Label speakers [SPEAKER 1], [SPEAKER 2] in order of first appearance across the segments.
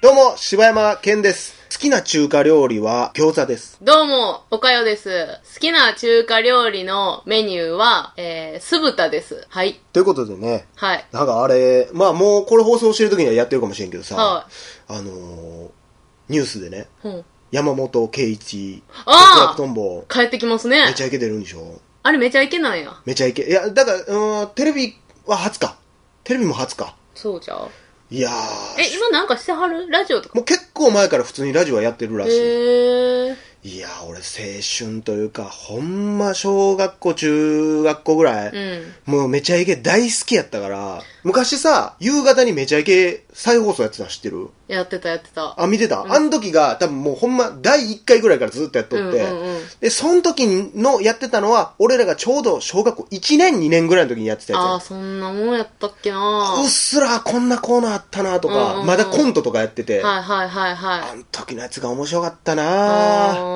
[SPEAKER 1] どうも、柴山健です。好きな中華料理は餃子です。
[SPEAKER 2] どうも、おかよです。好きな中華料理のメニューは、えー、酢豚です。はい。
[SPEAKER 1] ということでね、
[SPEAKER 2] はい。
[SPEAKER 1] なんかあれ、まあもうこれ放送してる時にはやってるかもしれんけどさ、
[SPEAKER 2] は
[SPEAKER 1] あのーニュースでね、
[SPEAKER 2] うん。
[SPEAKER 1] 山本圭一、
[SPEAKER 2] あー
[SPEAKER 1] トンボ、
[SPEAKER 2] 帰ってきますね
[SPEAKER 1] め。ちゃイケ出るんでしょ
[SPEAKER 2] あれめちゃいけないや。
[SPEAKER 1] めちゃイケ。いや、だから、うーん、テレビは初か。テレビも初か。
[SPEAKER 2] そうじゃう。
[SPEAKER 1] いやー、
[SPEAKER 2] え、今なんかしてはるラジオとか。
[SPEAKER 1] もう結構前から普通にラジオはやってるら
[SPEAKER 2] へ
[SPEAKER 1] しい。
[SPEAKER 2] ー。
[SPEAKER 1] いやー、俺青春というか、ほんま小学校、中学校ぐらい、
[SPEAKER 2] うん。
[SPEAKER 1] もうめちゃイケ大好きやったから、昔さ、夕方にめちゃイケ再放送やってたの知ってる
[SPEAKER 2] やってたやってた。
[SPEAKER 1] あ、見てた、あの時が多分もうほんま第1回ぐらいからずっとやっとって、
[SPEAKER 2] うんうんうん
[SPEAKER 1] で、その時のやってたのは、俺らがちょうど小学校1年2年ぐらいの時にやってたやつ
[SPEAKER 2] あ
[SPEAKER 1] や
[SPEAKER 2] ー、そんなもんやったっけなは
[SPEAKER 1] うっすらこんなコーナーあったなとか、
[SPEAKER 2] うんうんうん
[SPEAKER 1] まだコントとかやってて、
[SPEAKER 2] いはいはい
[SPEAKER 1] あ
[SPEAKER 2] はい。
[SPEAKER 1] の時のやつが面白かったな
[SPEAKER 2] あー。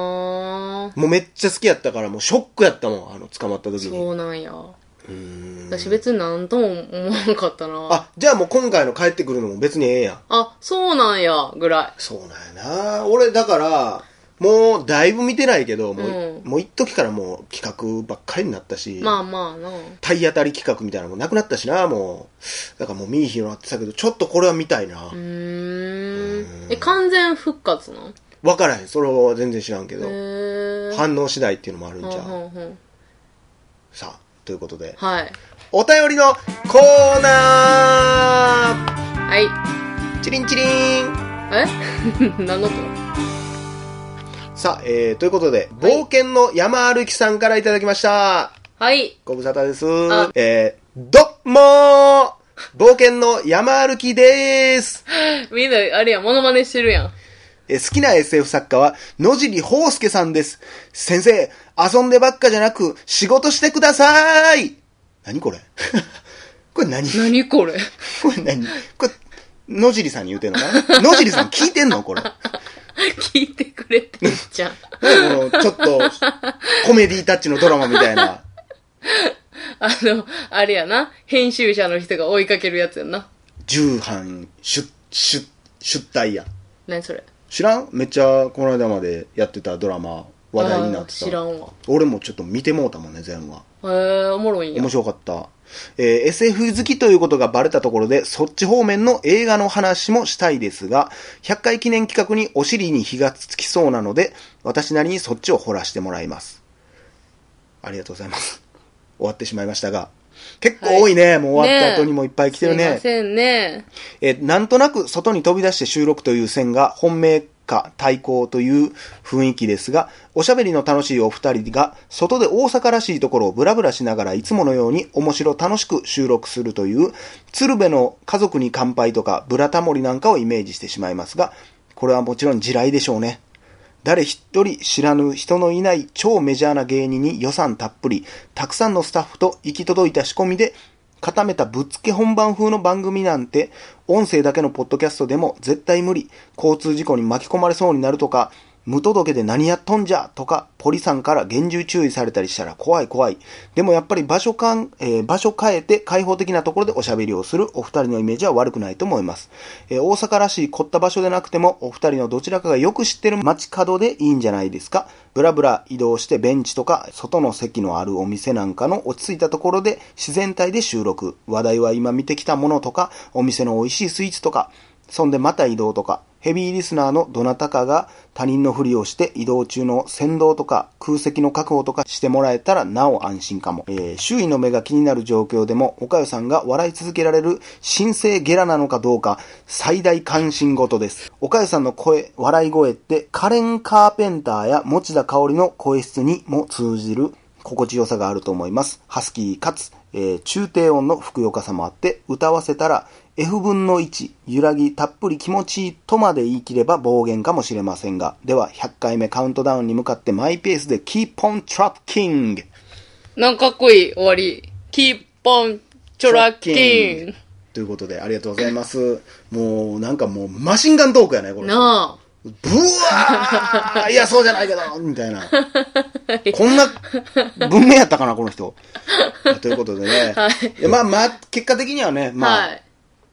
[SPEAKER 1] もうめっちゃ好きやったから、もうショックやったもん、あの、捕まった時に。
[SPEAKER 2] そうなんや。
[SPEAKER 1] うーん
[SPEAKER 2] 私別に何とも思わんかったな。
[SPEAKER 1] あ、じゃあもう今回の帰ってくるのも別にええやん。
[SPEAKER 2] あ、そうなんや、ぐらい。
[SPEAKER 1] そうなんやな俺だから、もうだいぶ見てないけど、もう、
[SPEAKER 2] うん
[SPEAKER 1] もう一時からもう企画ばっかりになったし、
[SPEAKER 2] まあまあな。
[SPEAKER 1] 体当たり企画みたいなのもなくなったしな、もう。だからもう見いひんようになってたけど、ちょっとこれは見たいな。わ
[SPEAKER 2] う、ーん。え、完全復活なん
[SPEAKER 1] からへん。それは全然知らんけど、
[SPEAKER 2] へー。
[SPEAKER 1] 反応次第っていうのもあるん
[SPEAKER 2] ほん
[SPEAKER 1] じゃう、
[SPEAKER 2] ほんほん
[SPEAKER 1] さあ、ということで、
[SPEAKER 2] はい。
[SPEAKER 1] お便りのコーナ
[SPEAKER 2] はい。
[SPEAKER 1] ーチリンチリン
[SPEAKER 2] え 何のこと
[SPEAKER 1] さあ、えー、ということで、冒険の山歩きさんからいただきました。
[SPEAKER 2] はい。
[SPEAKER 1] ご無沙汰です
[SPEAKER 2] あ。
[SPEAKER 1] えー、どっもー冒険の山歩きでーす。
[SPEAKER 2] みんな、あれや、モノマネしてるやん。
[SPEAKER 1] えー好きな SF 作家は野尻宝介さんです。先生、遊んでばっかじゃなく仕事してくださーい。何これ これ何こ
[SPEAKER 2] 何これ
[SPEAKER 1] れ何これ、野尻さんに言うてんのかな野尻さん聞いてんのこれ。なんか
[SPEAKER 2] 聞いてくれてんじゃん。
[SPEAKER 1] このちょっと、コメディータッチのドラマみたいな。
[SPEAKER 2] あの、あれやな。編集者の人が追いかけるやつやんな。
[SPEAKER 1] 重版出、出、出退や。
[SPEAKER 2] 何それ
[SPEAKER 1] 知らんめっちゃこの間までやってたドラマ話題になってた
[SPEAKER 2] あー知らんわ。
[SPEAKER 1] 俺もちょっと見てもうたもんね全話
[SPEAKER 2] へー、おもろいんや
[SPEAKER 1] 面。白かった、えー SF 好きということがバレたところでそっち方面の映画の話もしたいですが100回記念企画にお尻に火がつきそうなので私なりにそっちを掘らしてもらいますありがとうございます終わってしまいましたが結構多いね、もう終わった後にもいっぱい来てる
[SPEAKER 2] すい
[SPEAKER 1] ね
[SPEAKER 2] ませんね。
[SPEAKER 1] えーなんとなく外に飛び出して収録という線が本命か対抗という雰囲気ですが、おしゃべりの楽しいお二人が、外で大阪らしいところをブラブラしながらいつものように面白楽しく収録するという、鶴瓶の家族に乾杯とか、ブラタモリなんかをイメージしてしまいますが、これはもちろん地雷でしょうね。誰一人知らぬ人のいない超メジャーな芸人に予算たっぷり、たくさんのスタッフと行き届いた仕込みで、固めたぶっつけ本番風の番組なんて、音声だけのポッドキャストでも絶対無理、交通事故に巻き込まれそうになるとか、無届けで何やっとんじゃとか、ポリさんから厳重注意されたりしたら怖い怖い。でもやっぱり場所かん、えー場所変えて開放的なところでおしゃべりをするお二人のイメージは悪くないと思います。えー大阪らしい凝った場所でなくても、お二人のどちらかがよく知ってる街角でいいんじゃないですか。ブラブラ移動してベンチとか、外の席のあるお店なんかの落ち着いたところで自然体で収録。話題は今見てきたものとか、お店の美味しいスイーツとか、そんでまた移動とか、ヘビーリスナーのどなたかが他人のふりをして移動中の先導とか空席の確保とかしてもらえたらなお安心かも。えー周囲の目が気になる状況でも、おかよさんが笑い続けられる新生ゲラなのかどうか最大関心事です。おかよさんの声、笑い声ってカレン・カーペンターや持田香織の声質にも通じる心地よさがあると思います。ハスキーかつ、えー中低音のふくよかさもあって、歌わせたら F 分の1、揺らぎたっぷり気持ちいいとまで言い切れば暴言かもしれませんが、では100回目カウントダウンに向かってマイペースで Keep on Tracking!
[SPEAKER 2] なんかかっこいい終わり。キーポン、チョラッキン。
[SPEAKER 1] ということで、ありがとうございます。もう、なんかもう、マシンガントークやね、これ。
[SPEAKER 2] な
[SPEAKER 1] ブワーいや、そうじゃないけどみたいな。こんな 文明やったかな、この人。ということでね。
[SPEAKER 2] はい
[SPEAKER 1] やまあまあ、結果的にはね、まあ、
[SPEAKER 2] はい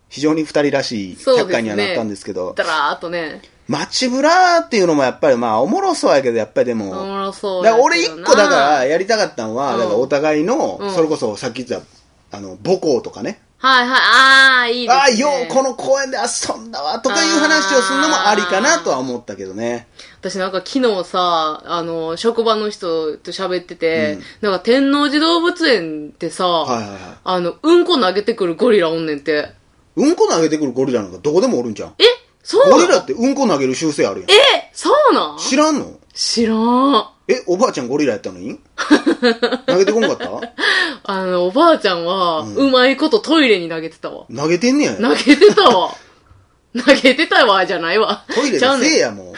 [SPEAKER 1] 非常に二人らしい
[SPEAKER 2] そう
[SPEAKER 1] 100
[SPEAKER 2] ですね
[SPEAKER 1] 回にはなったんですけど、
[SPEAKER 2] だらーっとね、
[SPEAKER 1] 街ブラっていうのもやっぱりまあおもろそうやけど、やっぱりで
[SPEAKER 2] お
[SPEAKER 1] も、
[SPEAKER 2] もろそう
[SPEAKER 1] だ
[SPEAKER 2] や
[SPEAKER 1] か
[SPEAKER 2] け
[SPEAKER 1] ら
[SPEAKER 2] どな。
[SPEAKER 1] 俺一個だからやりたかったのは、
[SPEAKER 2] うん
[SPEAKER 1] だからお互いの、
[SPEAKER 2] うん
[SPEAKER 1] それこそさっき言った、あの、母校とかね。
[SPEAKER 2] はいはい、ああ、いいですね。
[SPEAKER 1] ああ、よう、この公園で遊んだわ、とかいう話をするのもありかなとは思ったけどね。
[SPEAKER 2] 私なんか昨日さ、あの、職場の人と喋ってて、なんか天王寺動物園ってさ、
[SPEAKER 1] はいはいはい。
[SPEAKER 2] あの、うんこ投げてくるゴリラおんねんて。
[SPEAKER 1] うんこ投げてくるゴリラなんかどこでもおるん じゃん。
[SPEAKER 2] えそうな
[SPEAKER 1] ゴ
[SPEAKER 2] の
[SPEAKER 1] リラってうんこ投げる習性あるやん。
[SPEAKER 2] えそうなん
[SPEAKER 1] 知らんの
[SPEAKER 2] 知らん。
[SPEAKER 1] え、おばあちゃんゴリラやったの に投げてこんかった
[SPEAKER 2] あの、おばあちゃんは、うまいことトイレに投げてたわ。
[SPEAKER 1] 投げてんねや。
[SPEAKER 2] 投げてたわ。投げてたわ、じゃないわ。
[SPEAKER 1] トイレで
[SPEAKER 2] ちゃうねん
[SPEAKER 1] せいやも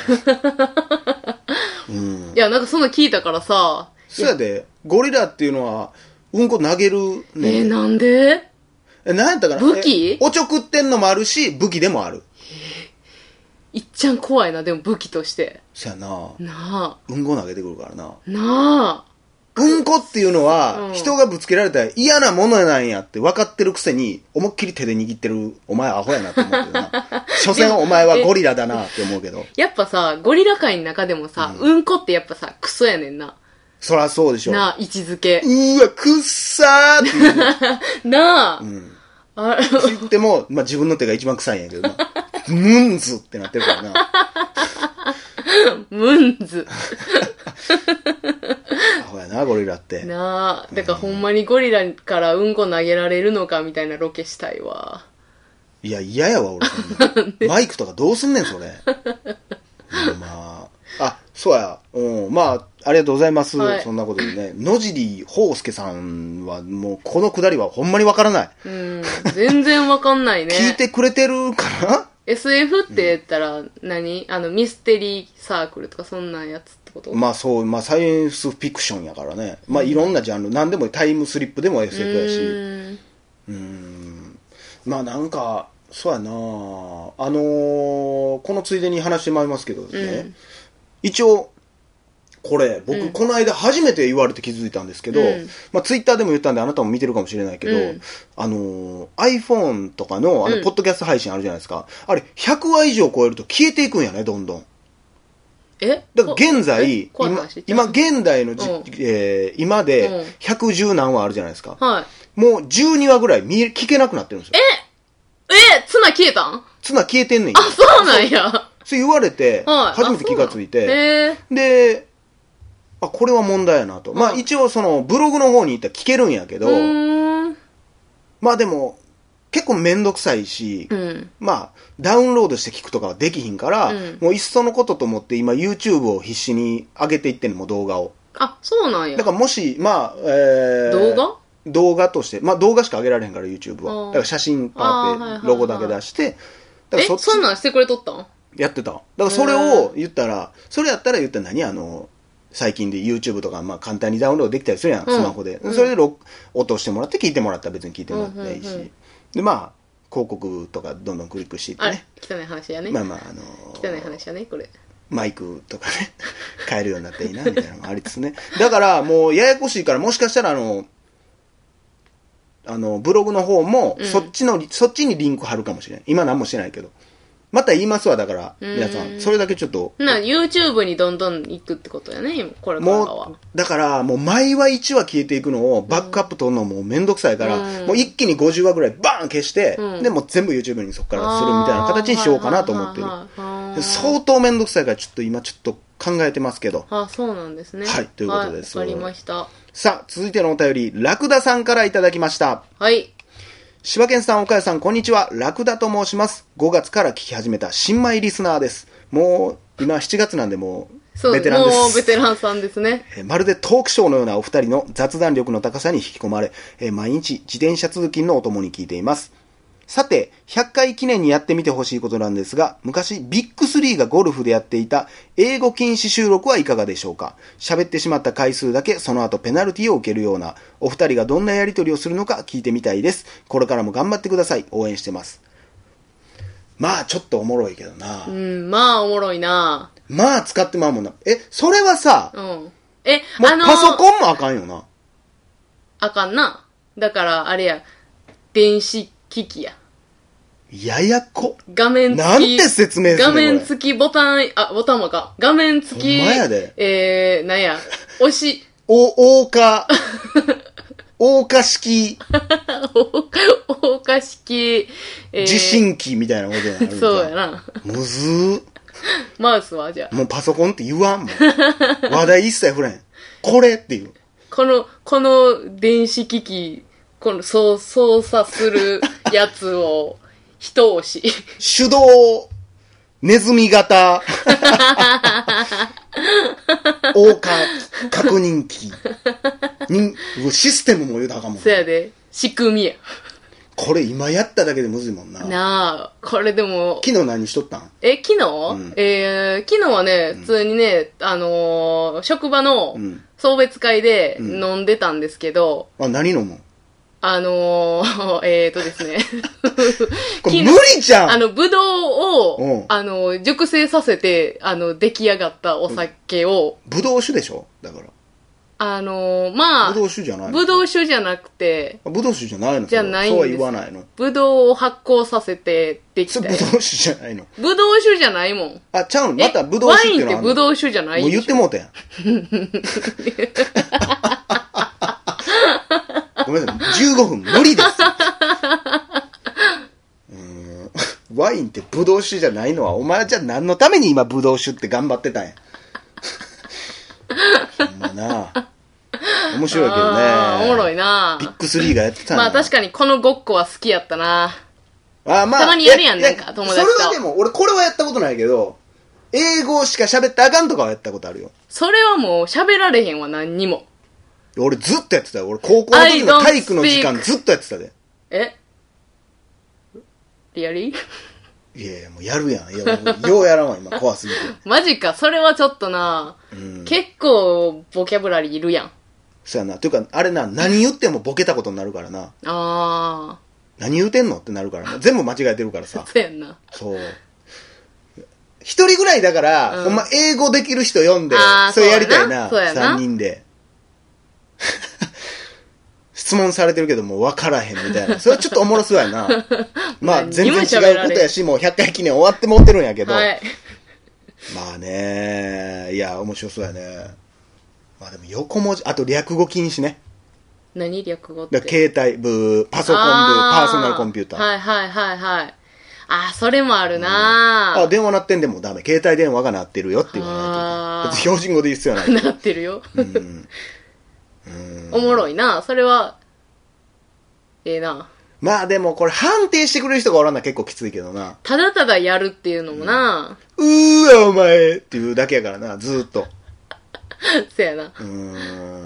[SPEAKER 1] う。うん。
[SPEAKER 2] いや、なんかそんな聞いたからさ、
[SPEAKER 1] そやで、ゴリラっていうのは、うんこ投げる
[SPEAKER 2] え
[SPEAKER 1] ねん。
[SPEAKER 2] ーなんで
[SPEAKER 1] え、なんやったかな
[SPEAKER 2] 武器
[SPEAKER 1] えおちょくってんのもあるし、武器でもある。
[SPEAKER 2] いっちゃん怖いな、でも武器として。
[SPEAKER 1] そやな
[SPEAKER 2] なあ、
[SPEAKER 1] うんこ投げてくるからな。
[SPEAKER 2] なあ。
[SPEAKER 1] うんこっていうの
[SPEAKER 2] う
[SPEAKER 1] は、
[SPEAKER 2] ん
[SPEAKER 1] 人がぶつけられたら嫌なものなんやって分かってるくせに、思いっきり手で握ってる、お前アホやなって思うけど な。所詮お前はゴリラだなって思うけど。
[SPEAKER 2] やっぱさ、ゴリラ界の中でもさ、うん、こってやっぱさ、クソやねんな。
[SPEAKER 1] そらそうでしょ。
[SPEAKER 2] なあ、位置づけ。
[SPEAKER 1] うわ、くっさーって言う
[SPEAKER 2] なあ、あ れ、
[SPEAKER 1] 言っても、まあ、自分の手が一番臭いんやけどな。ムンズってなってるからな。
[SPEAKER 2] ムンズ。
[SPEAKER 1] アホやな、ゴリラって。
[SPEAKER 2] なあ、だからほんまにゴリラからうんこ投げられるのかみたいなロケしたいわ。
[SPEAKER 1] いや、嫌やわ、俺そ んな。マイクとかどうすんねん、それ。うんまあ、あ、そうや。うん、まあ、ありがとうございます。
[SPEAKER 2] はい
[SPEAKER 1] そんなことでね。野尻宝介さんは、もう、このくだりはほんまにわからない。
[SPEAKER 2] うん、全然わかんないね。
[SPEAKER 1] 聞いてくれてるかな
[SPEAKER 2] SF って言ったら何、あの、ミステリーサークルとかそんなやつってこと、
[SPEAKER 1] まあそう、まあサイエンスフィクションやからね。まあいろんなジャンル、何でもいいタイムスリップでも SF やし。
[SPEAKER 2] うん
[SPEAKER 1] うーんまあなんかそうやなあのーこのついでに話してまいりますけどね、
[SPEAKER 2] うん
[SPEAKER 1] 一応これ僕、
[SPEAKER 2] うん
[SPEAKER 1] この間初めて言われて気づいたんですけど、
[SPEAKER 2] うん
[SPEAKER 1] まあ、ツイッターでも言ったんであなたも見てるかもしれないけど、
[SPEAKER 2] うん
[SPEAKER 1] あのー iPhone とかのあ
[SPEAKER 2] う
[SPEAKER 1] の
[SPEAKER 2] ん
[SPEAKER 1] ポッドキャスト配信あるじゃないですか、あれ100話以上超えると消えていくんやねどんどん
[SPEAKER 2] え
[SPEAKER 1] だから現在
[SPEAKER 2] え怖い
[SPEAKER 1] 今
[SPEAKER 2] 話言っち
[SPEAKER 1] 今
[SPEAKER 2] ゃう
[SPEAKER 1] 現代のじ、
[SPEAKER 2] うん
[SPEAKER 1] えー今
[SPEAKER 2] うん
[SPEAKER 1] で110何話あるじゃないですか、
[SPEAKER 2] はい。
[SPEAKER 1] もう12話ぐらい見え聞けなくなってるんですよ
[SPEAKER 2] えツナ消えたん
[SPEAKER 1] ツナ消えてんねんよ
[SPEAKER 2] あ、そうなんや。は
[SPEAKER 1] そう言われて、
[SPEAKER 2] い。
[SPEAKER 1] 初めて気がつい
[SPEAKER 2] あそうなん
[SPEAKER 1] て、
[SPEAKER 2] へえ。
[SPEAKER 1] で、あ、これは問題やなと。まあ
[SPEAKER 2] うん
[SPEAKER 1] 一応そのブログの方に行ったら聞けるんやけ
[SPEAKER 2] う
[SPEAKER 1] ど、
[SPEAKER 2] ーん。
[SPEAKER 1] まあでも結構めんどくさいし、
[SPEAKER 2] うん。
[SPEAKER 1] まあダウンロードして聞くとかはできひんから、
[SPEAKER 2] うん
[SPEAKER 1] もういっそのことと思って今 YouTube を必死に上げていってんのもう動画を。
[SPEAKER 2] あ、そうなんや。
[SPEAKER 1] だからもし、まあ、えー
[SPEAKER 2] 動画
[SPEAKER 1] 動画として、まあ動画しか上げられへんから YouTube は。
[SPEAKER 2] うん
[SPEAKER 1] だから写真パ
[SPEAKER 2] あーはいは
[SPEAKER 1] ーっ
[SPEAKER 2] いは
[SPEAKER 1] て
[SPEAKER 2] い
[SPEAKER 1] ロゴだけ出して、だから
[SPEAKER 2] え、
[SPEAKER 1] っち
[SPEAKER 2] そんなんしてくれとったん
[SPEAKER 1] やってた。だからそれを言ったら、それやったら言ったら何あの、最近で YouTube とかまあ簡単にダウンロードできたりするやん、
[SPEAKER 2] うん
[SPEAKER 1] スマホで。
[SPEAKER 2] うん
[SPEAKER 1] それで録落としてもらって聞いてもらったら別に聞いてもらったらいいし。
[SPEAKER 2] うんうんうん
[SPEAKER 1] で、まあ、広告とかどんどんクリックしていって
[SPEAKER 2] あれ
[SPEAKER 1] ね。、
[SPEAKER 2] 汚い話やね。
[SPEAKER 1] まあまあ、あの
[SPEAKER 2] 汚い話やね、これ。
[SPEAKER 1] マイクとかね、変えるようになったらいいな、みたいなのもありつつね。だから、もう、ややこしいから、もしかしたら、あの、あの、ブログの方も、
[SPEAKER 2] うん
[SPEAKER 1] そっちのリ、そっちにリンク貼るかもしれない。今何もしてないけど。また言いますわ、だから、
[SPEAKER 2] うん
[SPEAKER 1] 皆さん。それだけちょっと。
[SPEAKER 2] な、YouTube にどんどん行くってことやね、今これからは。
[SPEAKER 1] もう、だから、もう、毎話1話消えていくのを、バックアップ取るのもめんどくさいから、
[SPEAKER 2] うん
[SPEAKER 1] もう一気に50話ぐらいバーン消して、
[SPEAKER 2] うん
[SPEAKER 1] で、もう全部 YouTube にそっからするみたいな形にしようかなと思ってる。
[SPEAKER 2] る
[SPEAKER 1] で相当めんどくさいから、ちょっと今、ちょっと考えてますけど。
[SPEAKER 2] あ、そうなんですね。
[SPEAKER 1] はいということです
[SPEAKER 2] わ、かりました。
[SPEAKER 1] さあ、続いてのお便り、ラクダさんからいただきました。
[SPEAKER 2] はい。
[SPEAKER 1] 柴犬さん、岡谷さん、こんにちは。ラクダと申します。5月から聞き始めた新米リスナーです。もう、今7月なんで、も、
[SPEAKER 2] そうう
[SPEAKER 1] ベテランで
[SPEAKER 2] もうベ
[SPEAKER 1] す。
[SPEAKER 2] テランさんですね。
[SPEAKER 1] えーまるでトークショーのようなお二人の雑談力の高さに引き込まれ、えー毎日自転車通勤のお供に聞いています。さて、100回記念にやってみてほしいことなんですが、昔ビッグ3がゴルフでやっていた英語禁止収録はいかがでしょうか喋ってしまった回数だけその後ペナルティを受けるような、お二人がどんなやりとりをするのか聞いてみたいです。これからも頑張ってください。応援してます。まあちょっとおもろいけどな
[SPEAKER 2] う。ん、まあおもろいな
[SPEAKER 1] まあ使ってまうもんな。え、それはさ、
[SPEAKER 2] うん。え、
[SPEAKER 1] もう
[SPEAKER 2] あのー
[SPEAKER 1] パソコンもあかんよな。
[SPEAKER 2] あかんな。だから、あれや、電子機器や。
[SPEAKER 1] ややこ。
[SPEAKER 2] 画面付き。
[SPEAKER 1] なんて説明すんの
[SPEAKER 2] 画面
[SPEAKER 1] これ
[SPEAKER 2] 付きボタン、あ、ボタンもか。画面付き。
[SPEAKER 1] ほんまやで
[SPEAKER 2] えー、なんや。押し、
[SPEAKER 1] お、大花。 大花式
[SPEAKER 2] 大岡式、えー
[SPEAKER 1] 地震機みたいなことになるんじゃん
[SPEAKER 2] そうやな。
[SPEAKER 1] むずー。
[SPEAKER 2] マウスはじゃあ。
[SPEAKER 1] もうパソコンって言わんもん。話題一切触れん。これっていう。
[SPEAKER 2] この、この電子機器、この操操作するやつを、人押し。
[SPEAKER 1] 手動、ネズミ型、大化確認機に、うわシステムも言うたらあかんもん
[SPEAKER 2] そ。やで、仕組みや。
[SPEAKER 1] これ今やっただけでむずいもんな。
[SPEAKER 2] なあ、これでも、
[SPEAKER 1] 昨日何しとったん
[SPEAKER 2] え、昨日、
[SPEAKER 1] ん
[SPEAKER 2] えー昨日はね、普通にね、あのー職場の
[SPEAKER 1] うん
[SPEAKER 2] 送別会で
[SPEAKER 1] うん
[SPEAKER 2] 飲んでたんですけど、
[SPEAKER 1] あ、何飲むん
[SPEAKER 2] あのー えーとで すね、
[SPEAKER 1] これ
[SPEAKER 2] 昨日
[SPEAKER 1] 無理じゃ
[SPEAKER 2] あ
[SPEAKER 1] ん
[SPEAKER 2] の、ぶどう
[SPEAKER 1] う
[SPEAKER 2] を
[SPEAKER 1] ん、
[SPEAKER 2] あのー熟成させて、あの、出来上がったお酒を、
[SPEAKER 1] ぶどう酒でしょだから。
[SPEAKER 2] あのーまあ、
[SPEAKER 1] ぶどう酒じゃないの
[SPEAKER 2] ぶどう酒じゃなくて、
[SPEAKER 1] あぶどう酒じゃないの
[SPEAKER 2] じゃないん
[SPEAKER 1] そ
[SPEAKER 2] で
[SPEAKER 1] う
[SPEAKER 2] す
[SPEAKER 1] は言わないの。
[SPEAKER 2] ぶどうを発酵させてでき
[SPEAKER 1] そ
[SPEAKER 2] た
[SPEAKER 1] れぶど
[SPEAKER 2] やつ。
[SPEAKER 1] う酒じゃないの。
[SPEAKER 2] ぶどう酒じゃないもん。
[SPEAKER 1] あ、ちゃうん。
[SPEAKER 2] え
[SPEAKER 1] またぶどう酒っていう
[SPEAKER 2] ワ
[SPEAKER 1] の
[SPEAKER 2] インっ
[SPEAKER 1] は
[SPEAKER 2] てぶどう酒じゃない
[SPEAKER 1] もう言ってもうたやん。 ごめんなさい、15分無理です。うーんワインってブドウ酒じゃないのは、お前はじゃあ何のために今ブドウ酒って頑張って たんや。ほんまな面白いけど
[SPEAKER 2] あー
[SPEAKER 1] ね。
[SPEAKER 2] おもろい
[SPEAKER 1] い。
[SPEAKER 2] な
[SPEAKER 1] ビッグスリーがやってたんや
[SPEAKER 2] まあ確かにこのごっこは好きやったな
[SPEAKER 1] あまあ、
[SPEAKER 2] たまにやるやん
[SPEAKER 1] いい
[SPEAKER 2] なんか友達と
[SPEAKER 1] それはでも、俺これはやったことないけど、英語しか喋ってあかんとかはやったことあるよ。
[SPEAKER 2] それはもう喋られへんわ何にも。
[SPEAKER 1] 俺ずっとやってたよ。俺高校の時の
[SPEAKER 2] I don't
[SPEAKER 1] 体育の時間
[SPEAKER 2] speak.
[SPEAKER 1] ずっとやってたで。
[SPEAKER 2] えリアリー
[SPEAKER 1] いやいや、もうやるやん。いや、もうようやらんわ、今。怖すぎて。
[SPEAKER 2] マジか、それはちょっとな
[SPEAKER 1] うん。
[SPEAKER 2] 結構ボキャブラリーいるやん。
[SPEAKER 1] そうやな。というか、あれな、何言ってもボケたことになるからな。
[SPEAKER 2] あ
[SPEAKER 1] 何言うてんのってなるからな。全部間違えてるからさ
[SPEAKER 2] ー、。そうやんな。
[SPEAKER 1] そう。一人ぐらいだから、
[SPEAKER 2] うん
[SPEAKER 1] ほんま英語できる人読んで
[SPEAKER 2] あ、ー
[SPEAKER 1] それやりたいな。
[SPEAKER 2] そうやなそうやな
[SPEAKER 1] 三人で。 質問されてるけどもう分からへんみたいな。それはちょっとおもろそうや な。まあ
[SPEAKER 2] 何
[SPEAKER 1] 全
[SPEAKER 2] にも
[SPEAKER 1] 然
[SPEAKER 2] 喋
[SPEAKER 1] 違う
[SPEAKER 2] られへん
[SPEAKER 1] ことやし、もう100回記念終わってもってるんやけど。
[SPEAKER 2] はい。
[SPEAKER 1] まあねいや、面白そうやね。まあでも横文字、あと略語禁止ね。
[SPEAKER 2] 何略語っ
[SPEAKER 1] だ
[SPEAKER 2] て。
[SPEAKER 1] から携帯部、パソコン部、パ
[SPEAKER 2] あ
[SPEAKER 1] ーソナルコンピューター。
[SPEAKER 2] はいはいはいはい。あー、それもあるな
[SPEAKER 1] あ、電話鳴ってんでもダメ。携帯電話が鳴ってるよって言わない
[SPEAKER 2] あ
[SPEAKER 1] と。
[SPEAKER 2] ー
[SPEAKER 1] 別に標準語で言う必要はない。
[SPEAKER 2] なってるよ。
[SPEAKER 1] うん、
[SPEAKER 2] おもろいなそれは、ええな
[SPEAKER 1] まあでもこれ判定してくれる人がおらんな結構きついけどな。
[SPEAKER 2] ただただやるっていうのもな、
[SPEAKER 1] うーわ、お前っていうだけやからな、ずーっと。
[SPEAKER 2] そやな。
[SPEAKER 1] うーん。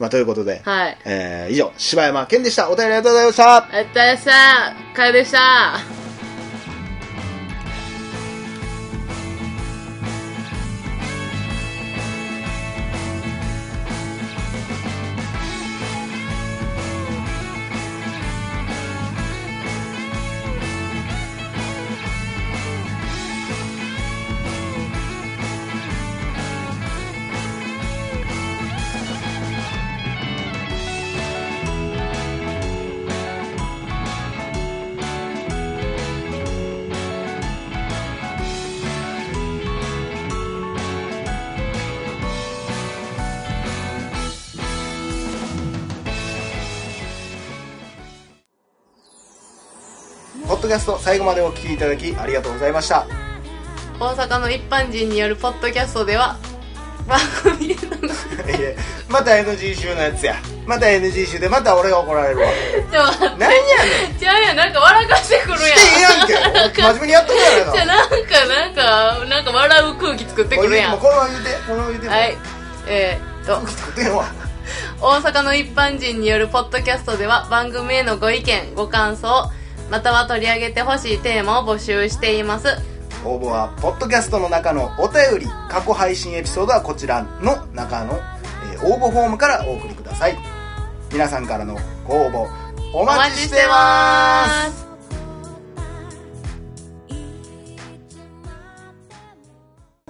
[SPEAKER 1] まあということで、
[SPEAKER 2] はい。
[SPEAKER 1] えー、以上、柴山健でした。お便りありがとうございました。
[SPEAKER 2] ありがとうございました。かよでした。
[SPEAKER 1] ポッドキャスト最後までお聞きいただきありがとうございました。
[SPEAKER 2] 大阪の一般人によるポッドキャストで は、番組の、
[SPEAKER 1] えーまた NG 集のやつやまた NG 集でまた俺が怒られるわ
[SPEAKER 2] ちょ、待って
[SPEAKER 1] 何やねん
[SPEAKER 2] じゃあやん、なんか笑かしてくるやん。
[SPEAKER 1] してええやんけ俺 真面目にやっとるやない
[SPEAKER 2] じゃあなんか、なんか、なんか笑う空気作って
[SPEAKER 1] か
[SPEAKER 2] く
[SPEAKER 1] おい
[SPEAKER 2] る
[SPEAKER 1] 言うて
[SPEAKER 2] や
[SPEAKER 1] もう
[SPEAKER 2] ん。
[SPEAKER 1] このまま言うてこのまま言うても
[SPEAKER 2] はい。えーっと。
[SPEAKER 1] 作ってんわ
[SPEAKER 2] 大阪の一般人によるポッドキャストでは番組へのご意見ご感想または取り上げてほしいテーマを募集しています
[SPEAKER 1] 応募はポッドキャストの中のお便り過去配信エピソードはこちらの中の、えー応募フォームからお送りください皆さんからのご応募お
[SPEAKER 2] お
[SPEAKER 1] 待ちしてます
[SPEAKER 2] す